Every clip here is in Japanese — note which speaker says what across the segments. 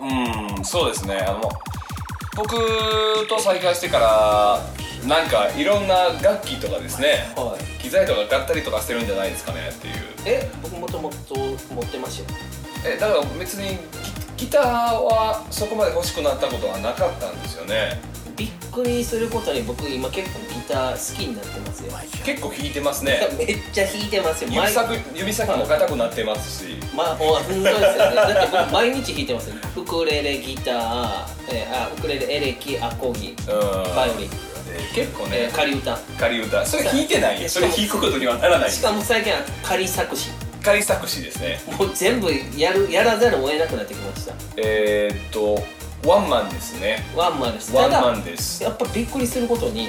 Speaker 1: うんそうですねあの僕と再会してからなんかいろんな楽器とかですね
Speaker 2: はい
Speaker 1: 機材とか買ったりとかしてるんじゃないですかねっていう
Speaker 2: え僕もともと持ってましたよ
Speaker 1: えだから別にギギターはそこまで欲しくなったことはなかったんですよね
Speaker 2: びっくりすることに僕今結構ギター好きになってますよ
Speaker 1: 結構弾いてますね
Speaker 2: めっちゃ弾いてますよ
Speaker 1: 指
Speaker 2: 毎
Speaker 1: 先指先も硬くなってますし
Speaker 2: まあ、ほんとですよね。だって僕毎日弾いてますよ。ウクレレ、ギター、えーあウクレレ、エレキ、アコギ、
Speaker 1: うん
Speaker 2: バイオリン、
Speaker 1: え結構
Speaker 2: え
Speaker 1: ね
Speaker 2: ー、仮歌。
Speaker 1: 仮歌それ弾いてないよそれ弾くことにはならない
Speaker 2: しかも最近は仮作詞。
Speaker 1: 仮作詞ですね
Speaker 2: もう全部やるやらざるを得なくなってきました。
Speaker 1: えー、っとワンマンですね
Speaker 2: ワンマンです。
Speaker 1: ワ
Speaker 2: た
Speaker 1: ンマ
Speaker 2: だ、
Speaker 1: ンです
Speaker 2: やっぱびっくりすることに、
Speaker 1: は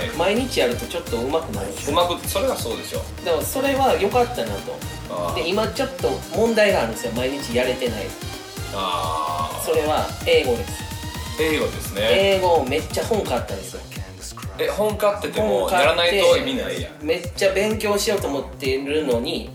Speaker 1: い
Speaker 2: 毎日やるとちょっと上手くなるんです
Speaker 1: う
Speaker 2: よ。
Speaker 1: まくそれはそうでしょ
Speaker 2: だからそれは良かったなと。
Speaker 1: あ
Speaker 2: で、
Speaker 1: ー
Speaker 2: 今ちょっと問題があるんですよ。毎日やれてない。
Speaker 1: あ
Speaker 2: それは英語です。
Speaker 1: ー英語ですね
Speaker 2: 英語めっちゃ本買ったんですよ。
Speaker 1: え本買ってても
Speaker 2: 本買
Speaker 1: やら
Speaker 2: って
Speaker 1: ないと意味ないやん
Speaker 2: めっちゃ勉強しようと思ってるのに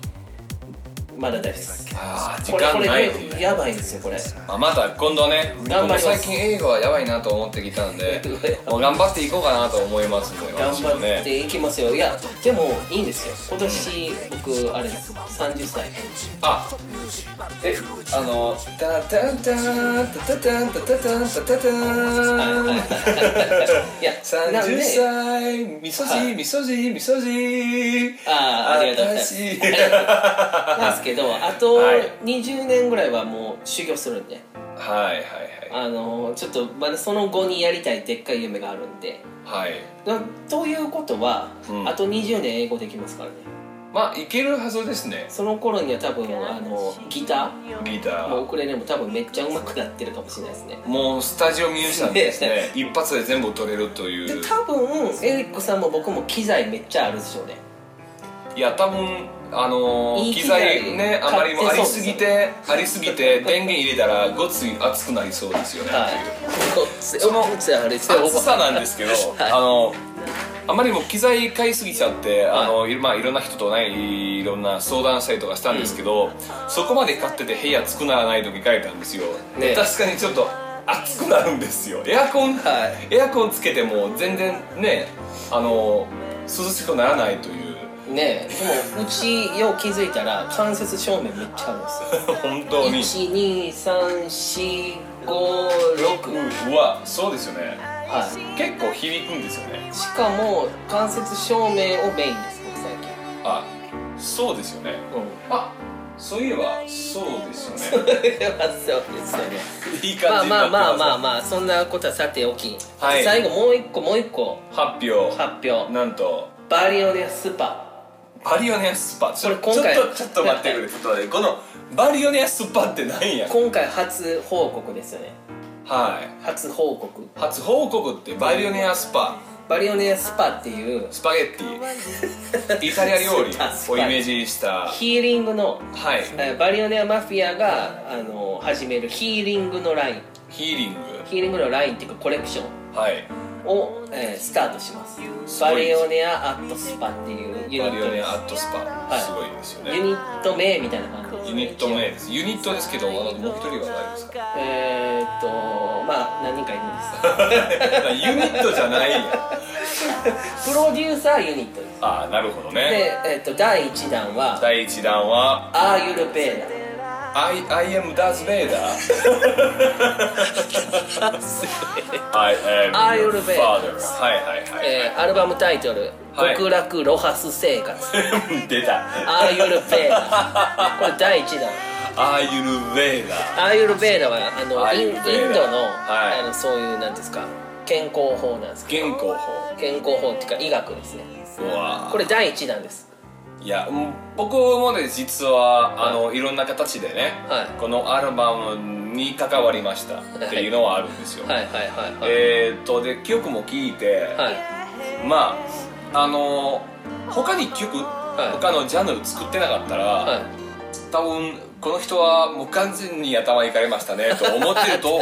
Speaker 2: まだ大丈夫です
Speaker 1: あー時
Speaker 2: これこ
Speaker 1: 間ない
Speaker 2: れねやばいんですよこれ
Speaker 1: まあ、また今度ね
Speaker 2: 頑張ります
Speaker 1: 僕も最近映画はやばいなと思ってきたんでもう頑張っていこうかなと思いますので
Speaker 2: 頑
Speaker 1: 私も
Speaker 2: 張っ
Speaker 1: ね
Speaker 2: ていきますよいやでもいいんですよ今年僕あれです30歳
Speaker 1: あえあの「タタンタンタタタンタタタンタタタン」
Speaker 2: いやなん
Speaker 1: 30
Speaker 2: で
Speaker 1: 歳みそ
Speaker 2: は
Speaker 1: じみそじみそじ
Speaker 2: あーありがとうございます
Speaker 1: 私
Speaker 2: なんですけどあと
Speaker 1: はい
Speaker 2: 20年ぐらいはもう修行するんで
Speaker 1: はいはい
Speaker 2: あのちょっとまだその後にやりたいでっかい夢があるんで
Speaker 1: はいはい
Speaker 2: だということは、
Speaker 1: うん
Speaker 2: あと20年英語できますからね
Speaker 1: まあいけるはずですね
Speaker 2: その頃には多分あのギター
Speaker 1: ギタ
Speaker 2: もうウ
Speaker 1: ー
Speaker 2: クレレも多分めっちゃ上手くなってるかもしれないですね
Speaker 1: もうスタジオミュージシャンです ね一発で全部取れるとい
Speaker 2: で
Speaker 1: う
Speaker 2: 多分エリックさんも僕も機材めっちゃあるでしょうね
Speaker 1: いや多分あのー
Speaker 2: いい
Speaker 1: 機
Speaker 2: 機材
Speaker 1: 材ねあまりもあ
Speaker 2: 買
Speaker 1: り
Speaker 2: って
Speaker 1: す
Speaker 2: そうです
Speaker 1: ぎ
Speaker 2: よ
Speaker 1: てありすぎて電源入れたらごつい熱くなりそうですよね、
Speaker 2: はい
Speaker 1: その
Speaker 2: 熱あれですよ
Speaker 1: 暑さなんですけど、
Speaker 2: はい
Speaker 1: あのあまりも機材買いすぎちゃって、
Speaker 2: はい
Speaker 1: あのいろまあ、いろんな人とねいろんな相談したりとかしたんですけど、そこまで買ってて部屋作らない時書いたんですよ、
Speaker 2: ね
Speaker 1: 確かにちょっと暑くなるんですよエアコン、
Speaker 2: は
Speaker 1: エアコンつけても全然ねあの涼しくならないという
Speaker 2: ねえでもうちよう気づいたら関節照明めっちゃ あるん
Speaker 1: 本当に
Speaker 2: ですよ12345
Speaker 1: うわそうですよね
Speaker 2: は
Speaker 1: 結構響くんですよね
Speaker 2: いしかも関節照明をメインです僕最近
Speaker 1: あそうですよね
Speaker 2: うん
Speaker 1: あそういえばそうですよね
Speaker 2: そうですよね
Speaker 1: いい
Speaker 2: ま
Speaker 1: 感
Speaker 2: あ
Speaker 1: じに
Speaker 2: ま
Speaker 1: な
Speaker 2: あ
Speaker 1: ってます
Speaker 2: まあまあまあそんなことはさておき、
Speaker 1: はい
Speaker 2: 最後もう一個もう一個
Speaker 1: 発表
Speaker 2: 発表
Speaker 1: なんと
Speaker 2: バリオネスーパ
Speaker 1: バリオネアスパちょ
Speaker 2: これ今回
Speaker 1: ちょっとちょっと待ってくれちょっと待ってこのバリオネアスパってなんや
Speaker 2: ー今回初報告ですよね
Speaker 1: はい
Speaker 2: 初報告
Speaker 1: 初報告ってバリオネアスパ
Speaker 2: バリオネスーパっていう
Speaker 1: スパゲッティイタリア 料理
Speaker 2: スパスパ
Speaker 1: をイメージした
Speaker 2: ヒーリングの、
Speaker 1: はい
Speaker 2: えーバリオネアマフィアがあの始めるヒーリングのライン
Speaker 1: ヒーリン
Speaker 2: ヒーリングのラインっていうかコレクション
Speaker 1: グはい
Speaker 2: を、えースタートします
Speaker 1: す
Speaker 2: バ
Speaker 1: ごい
Speaker 2: リ
Speaker 1: です
Speaker 2: オネアアットスパっていうユニ
Speaker 1: バ
Speaker 2: ッ
Speaker 1: リオ
Speaker 2: ト
Speaker 1: ネ
Speaker 2: です
Speaker 1: アアットスパ
Speaker 2: い
Speaker 1: すごいですよね
Speaker 2: ユニット名みたいな感じ
Speaker 1: ユニット名ですユニットですけどあのもう一人は誰ですか
Speaker 2: えー、っとまあ何人かいるんです
Speaker 1: ユニットじゃないんや
Speaker 2: プロデューサーユニットです
Speaker 1: ああなるほどね
Speaker 2: で、えっと第1弾は
Speaker 1: 第1弾は
Speaker 2: アーユルベー
Speaker 1: 「I, I am Darth Vader」はいえ
Speaker 2: I am Darth Vader
Speaker 1: はいはいは
Speaker 2: ダ、
Speaker 1: い、
Speaker 2: えーアルバムタイトル「
Speaker 1: はい
Speaker 2: 極楽ロハス生活
Speaker 1: 出た
Speaker 2: アーユル ベーダ」これ第1弾
Speaker 1: 「アーユルヴェーダー
Speaker 2: アーユルベーダはあ
Speaker 1: ア
Speaker 2: の
Speaker 1: ー
Speaker 2: イン
Speaker 1: ユ
Speaker 2: イ
Speaker 1: ル
Speaker 2: ン
Speaker 1: ベ
Speaker 2: ド
Speaker 1: ー
Speaker 2: の,、
Speaker 1: ダはい
Speaker 2: あのそういうなんですか健康法なんです」け
Speaker 1: 現行法
Speaker 2: ど健康法っていうか医学ですね
Speaker 1: うわ
Speaker 2: これ第1弾です
Speaker 1: いやうん僕もね実はあのいろんな形でね、
Speaker 2: はい
Speaker 1: このアルバムに関わりましたっていうのはあるんですよ、
Speaker 2: はいはいはいはい、
Speaker 1: えー、っとで曲も聴いて、
Speaker 2: はい
Speaker 1: まああの他に曲、
Speaker 2: い
Speaker 1: 他のジャンル作ってなかったら、
Speaker 2: はい
Speaker 1: 多分この人はもう完全に頭いかれましたねと思ってる と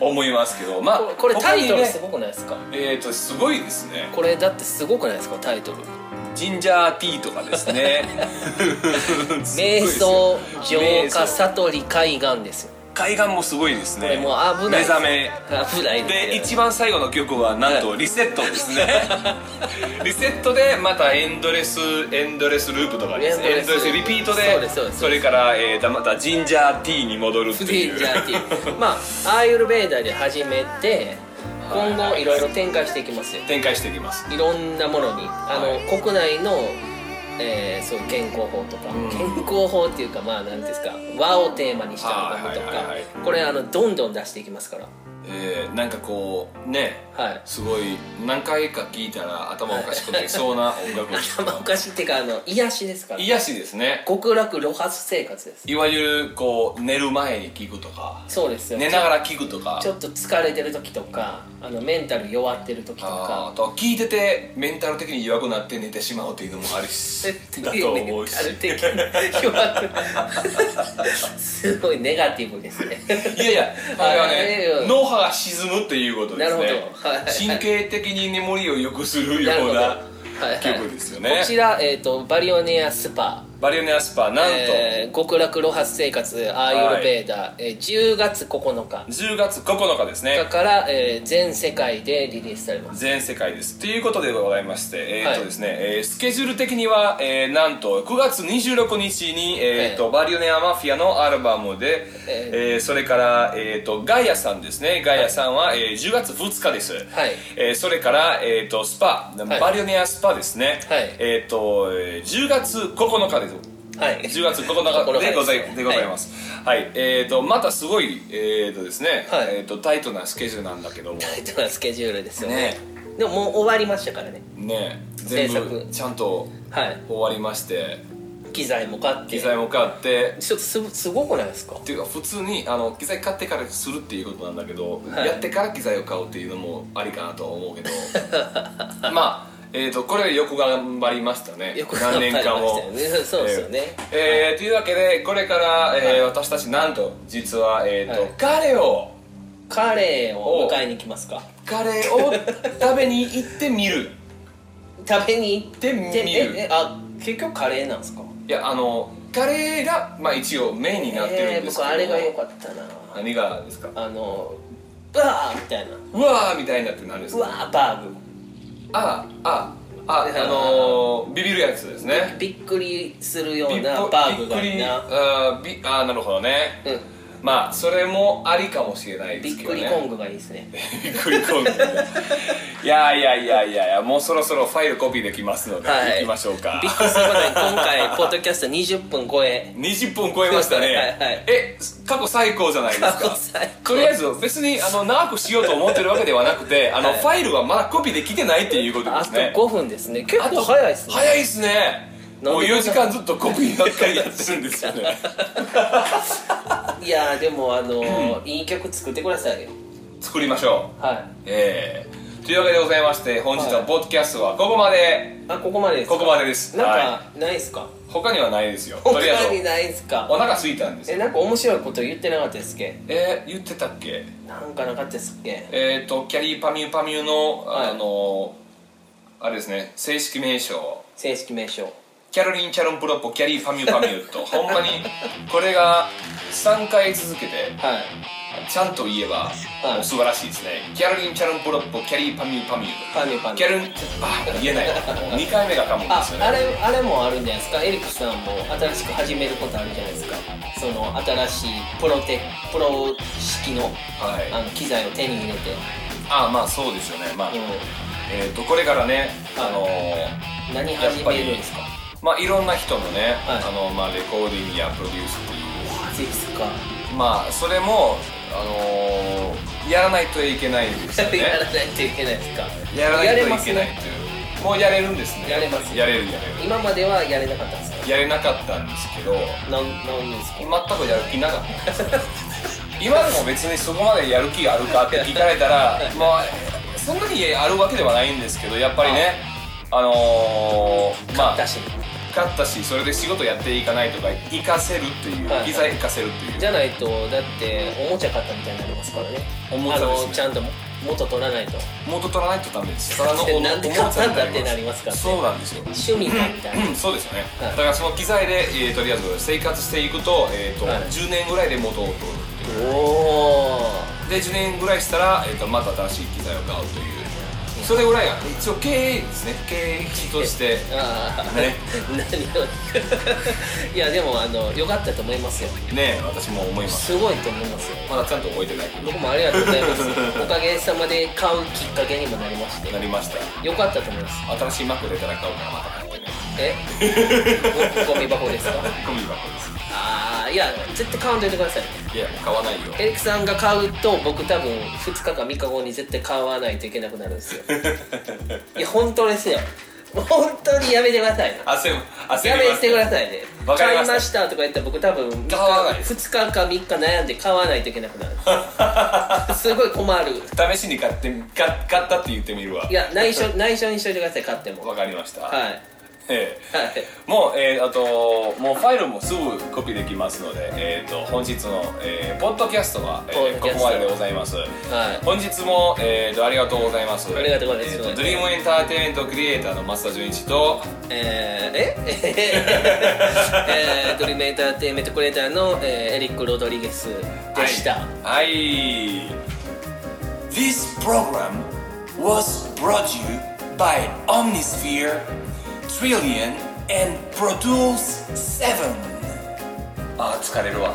Speaker 1: 思いますけどまあ
Speaker 2: これこれタイトル
Speaker 1: 他
Speaker 2: す
Speaker 1: にね
Speaker 2: ごくないですか
Speaker 1: えー、とすごいですね
Speaker 2: これだってすごくないですかタイトル
Speaker 1: ジンジャーティーとかですねすごい
Speaker 2: 瞑
Speaker 1: ですよ
Speaker 2: 想浄化悟り海岸ですよ
Speaker 1: 海岸もすごいです
Speaker 2: こ
Speaker 1: ね
Speaker 2: れもう危ないです
Speaker 1: 目覚め
Speaker 2: 危ない
Speaker 1: で
Speaker 2: です
Speaker 1: 一
Speaker 2: よ
Speaker 1: 番最後の曲はなんと
Speaker 2: は
Speaker 1: リセットですね リセットでまたエンドレスエンドレスループとかですねエ
Speaker 2: エ
Speaker 1: ンド
Speaker 2: ンド
Speaker 1: レ
Speaker 2: レ
Speaker 1: ス
Speaker 2: ス
Speaker 1: リピートで
Speaker 2: そうですそうです
Speaker 1: れから、えーだまたジンジャーティーに戻るって
Speaker 2: ジ
Speaker 1: い
Speaker 2: ン
Speaker 1: う
Speaker 2: ジャーティーまあアーユルベーダーで始めて
Speaker 1: はい
Speaker 2: 今後いろいろ展開していきますよ
Speaker 1: 展開していきます
Speaker 2: いろんなものにあの、国内の、えーそう健康法とか、
Speaker 1: うん
Speaker 2: 健康法っていうかまあ何ですか和をテーマにしたアルバムとか、
Speaker 1: はいはいはいはい
Speaker 2: これあのどんどん出していきますから
Speaker 1: えー、なんかこうね
Speaker 2: はい
Speaker 1: すごい何回か聞いたら頭おかしくなりそうな音楽を聴
Speaker 2: 頭おかしいっていうかあの癒しですから
Speaker 1: 癒しですね
Speaker 2: 極楽露発生活です
Speaker 1: いわゆるこう寝る前に聞くとか
Speaker 2: そうですよ
Speaker 1: 寝ながら聞くとか
Speaker 2: ちょっと疲れてる時とかあのメンタル弱ってる時と
Speaker 1: あーあ
Speaker 2: か
Speaker 1: とは聞いててメンタル的に弱くなって寝てしまうっていうのもあるし だと思うし
Speaker 2: メンタル的に弱くすごいネガティブですね
Speaker 1: いやいや あれは
Speaker 2: あいやい
Speaker 1: ね
Speaker 2: や
Speaker 1: 脳波が沈むっていうことですね
Speaker 2: なるほどはい
Speaker 1: 神経的に眠りを良くするよ
Speaker 2: なるほ
Speaker 1: う
Speaker 2: ど
Speaker 1: な
Speaker 2: はいはい
Speaker 1: 曲ですよね
Speaker 2: こちら、えー、とバリオネアスパ
Speaker 1: バリオネアスパなんと、
Speaker 2: えー極楽露発生活アーユルベーダ、えー10月9日
Speaker 1: 10月9日ですね
Speaker 2: から、えー全世界でリリースされます
Speaker 1: 全世界ですということでございまして、えー
Speaker 2: はい
Speaker 1: とですねえースケジュール的には、えーなんと9月26日に、えーと
Speaker 2: は
Speaker 1: バリオネアマフィアのアルバムで、え
Speaker 2: え
Speaker 1: ーそれから、えー、とガイアさんですねガイアさんは、えー10月2日です、
Speaker 2: はい
Speaker 1: えーそれから、えー、とスパ、
Speaker 2: い
Speaker 1: バリオネアスパですね、
Speaker 2: はい
Speaker 1: えっ、と、えー10月9日です
Speaker 2: はい
Speaker 1: 10月9日でござい でございますす。はい、えっ、とまたすごいえっ、とですね、
Speaker 2: はい
Speaker 1: えっ、とタイトなスケジュールなんだけども、
Speaker 2: タイトなスケジュールですよね
Speaker 1: ね
Speaker 2: でももう終わりましたからね
Speaker 1: ね全
Speaker 2: 制
Speaker 1: 部
Speaker 2: 作
Speaker 1: ちゃんと
Speaker 2: はい
Speaker 1: 終わりまして、
Speaker 2: 機材も買って
Speaker 1: 機材も買って。
Speaker 2: ちょっとすすごくないですか
Speaker 1: っていうか普通にあの機材買ってからするっていうことなんだけど、
Speaker 2: はい
Speaker 1: やってから機材を買うっていうのもありかなとは思うけ どまあ、えー、とこれよく頑張りましたね
Speaker 2: よく
Speaker 1: 何年間も
Speaker 2: 頑張りましたよねそうですよね
Speaker 1: えーえーというわけでこれから、えー
Speaker 2: はい
Speaker 1: 私たちなんと実は、えーと
Speaker 2: はい
Speaker 1: 彼を
Speaker 2: カレーを迎えに行きますか
Speaker 1: カレーを食べに行ってみる
Speaker 2: 食べに行って
Speaker 1: 行ってみる
Speaker 2: ええあ結局カレーなんですか
Speaker 1: いやあのカレーが、まあ、一応メインになってるんですけど、
Speaker 2: えー僕あれが良かったな
Speaker 1: 何がですか
Speaker 2: あのバーみたいな
Speaker 1: うわーみたいになって何です
Speaker 2: う
Speaker 1: か
Speaker 2: わーバーグ
Speaker 1: ああああのー、ビビるやつですね
Speaker 2: びっくりするよ
Speaker 1: ビ
Speaker 2: う
Speaker 1: ッ
Speaker 2: な
Speaker 1: ポ
Speaker 2: バーグが
Speaker 1: びっく
Speaker 2: いい
Speaker 1: り
Speaker 2: な
Speaker 1: あーびあーなるほどね
Speaker 2: うん
Speaker 1: まあそれもありかもしれないで
Speaker 2: び
Speaker 1: す
Speaker 2: っ
Speaker 1: けど
Speaker 2: く
Speaker 1: ね
Speaker 2: りコングがいいですね
Speaker 1: びっくりコングいやいやいやいやいやもうそろそろファイルコピーできますので、行きましょうか
Speaker 2: びっくりすることに今 回ポッドキャスト20分超え
Speaker 1: 20分超えましたね
Speaker 2: はいはい
Speaker 1: え過去最高じゃないですか
Speaker 2: 過去最高
Speaker 1: とりあえず別にあの長くしようと思ってるわけではなくてあの、
Speaker 2: はい
Speaker 1: ファイルはまだコピーできてないっていうことで
Speaker 2: あ
Speaker 1: す
Speaker 2: と
Speaker 1: ね
Speaker 2: 5分ですね結構早いですね
Speaker 1: 早いっすね
Speaker 2: なん
Speaker 1: もう
Speaker 2: でこ
Speaker 1: 4
Speaker 2: んな
Speaker 1: 時間ずっとコピーばっかりやってるんですよ ね
Speaker 2: いやーでもあのーいい曲作ってくださいよ
Speaker 1: 作りましょう
Speaker 2: は
Speaker 1: えー、というわけでございまして本日のポッドキャストはここまで
Speaker 2: いあここまでですか
Speaker 1: ここまでです
Speaker 2: なんか、
Speaker 1: は
Speaker 2: ないですか
Speaker 1: 他にはないですよとりあ
Speaker 2: 他
Speaker 1: え
Speaker 2: に
Speaker 1: ず
Speaker 2: ないですか
Speaker 1: お腹空いたんです
Speaker 2: え
Speaker 1: よ
Speaker 2: なんか面白いこと言ってなかったですっけ
Speaker 1: えー、言ってたっけ
Speaker 2: なんかなかったですっけ
Speaker 1: えー、とキャリーパミュパミュの、
Speaker 2: はい
Speaker 1: あのあれですね正式名称
Speaker 2: 正式名称
Speaker 1: キャロリン・キャロン・プロッポキャリーパミュパミュとほんまにこれが3回続けて
Speaker 2: はい
Speaker 1: ちゃんと言えば、
Speaker 2: はい
Speaker 1: もう素晴らしいですねキャロリン・キャロン・プロッポキャリーパミュパミュ
Speaker 2: パミュパミュ
Speaker 1: キャロンあ言え ない2回目がかもんで
Speaker 2: あ
Speaker 1: すよ
Speaker 2: あ
Speaker 1: ね
Speaker 2: れあれもあるんじゃないですかエリックさんも新しく始めることあるじゃないですかその新しいプロテプロ式の
Speaker 1: はい
Speaker 2: あの機材を手に入れて、
Speaker 1: あまあそうですよねまあ、
Speaker 2: う
Speaker 1: えっ、とこれからねあの
Speaker 2: ん、何始めるんですか
Speaker 1: まあいろんな人のね、
Speaker 2: はい
Speaker 1: あのまあレコーディングやプロデュースっていう
Speaker 2: マジですか
Speaker 1: まあそれもあのーやらないといけないです よね
Speaker 2: やらないといけないですか
Speaker 1: やらないとい
Speaker 2: れます
Speaker 1: けない
Speaker 2: ね
Speaker 1: という、もうやれるんですね
Speaker 2: やれます
Speaker 1: やれるやれる
Speaker 2: 今まではやれなかったんですか
Speaker 1: やれなかったんですけど
Speaker 2: なんなんですか
Speaker 1: 全くやる気なかったんですよ今でも別にそこまでやる気があるかって聞かれた らまあそんなにあるわけではないんですけどやっぱりねあのー、まあ
Speaker 2: だし
Speaker 1: 勝ったしそれで仕事やっていかないとか活かせるっていう、
Speaker 2: はいはい
Speaker 1: 機材活かせるっていう
Speaker 2: じゃないとだっておもちゃ買ったみたいになりますからね
Speaker 1: おもちゃですね
Speaker 2: あのちゃんと元取らないと
Speaker 1: 元取らないとダメですただのお
Speaker 2: なんで勝ったんだってなりますからね
Speaker 1: そうなんですよ
Speaker 2: 趣味だみたいな
Speaker 1: うん そうですよね、
Speaker 2: はい
Speaker 1: だからその機材で、えーとりあえず生活していくと,、えーと
Speaker 2: はい
Speaker 1: 10年ぐらいで元を取るっていう
Speaker 2: おー
Speaker 1: で10年ぐらいしたら、えっとまた新しい機材を買うというそれぐらいが一応経営ですね経営として
Speaker 2: ああ、
Speaker 1: ね
Speaker 2: 何をいやでもあの良かったと思いますよ
Speaker 1: ね私も思います
Speaker 2: すごいと思いますよ
Speaker 1: まだちゃんと覚えてないけ
Speaker 2: 僕もありがとうございますおかげさまで買うきっかけにもなりまして
Speaker 1: どなりました
Speaker 2: 良かったと思います
Speaker 1: 新しい Mac 出たら買うからまた買ってね
Speaker 2: えごゴミ箱ですか
Speaker 1: ゴミ箱です
Speaker 2: ああいや絶対買わんといてください
Speaker 1: いや買わ ないよ
Speaker 2: エリックさんが買うと僕多分2日か3日後に絶対買わないといけなくなるんですよいや本当ですよ本当にやめてください
Speaker 1: 汗も汗
Speaker 2: やめてくだ
Speaker 1: い
Speaker 2: さいね
Speaker 1: わかりまし
Speaker 2: 買い
Speaker 1: た
Speaker 2: ましたとか言ったら僕多分2
Speaker 1: 買わないです
Speaker 2: 日か3日悩んで買わないといけなく なるすごい困る
Speaker 1: 試しに買って買買ったって言ってみるわ
Speaker 2: いや内緒内緒にしといてください買っても
Speaker 1: わ
Speaker 2: はい
Speaker 1: かりました、
Speaker 2: はい
Speaker 1: ええもう、えーあともうファイルもすぐコピーできますので、えー、と本日の、えーポッドキャストは、えー
Speaker 2: ポッ
Speaker 1: こ
Speaker 2: ドキャスト
Speaker 1: こまででございます
Speaker 2: はい
Speaker 1: 本日も、えー、とありがとうございます
Speaker 2: ありがとうございます
Speaker 1: えードリームエンターテインメントクリエイターの増田純一と
Speaker 2: えー、え えードリームエンターテインメントクリエイターの、えーエリック・ロドリゲスでした、
Speaker 1: はい、はい This program was brought to you by Omnisphere Trillion and Produce 7あー疲れるわ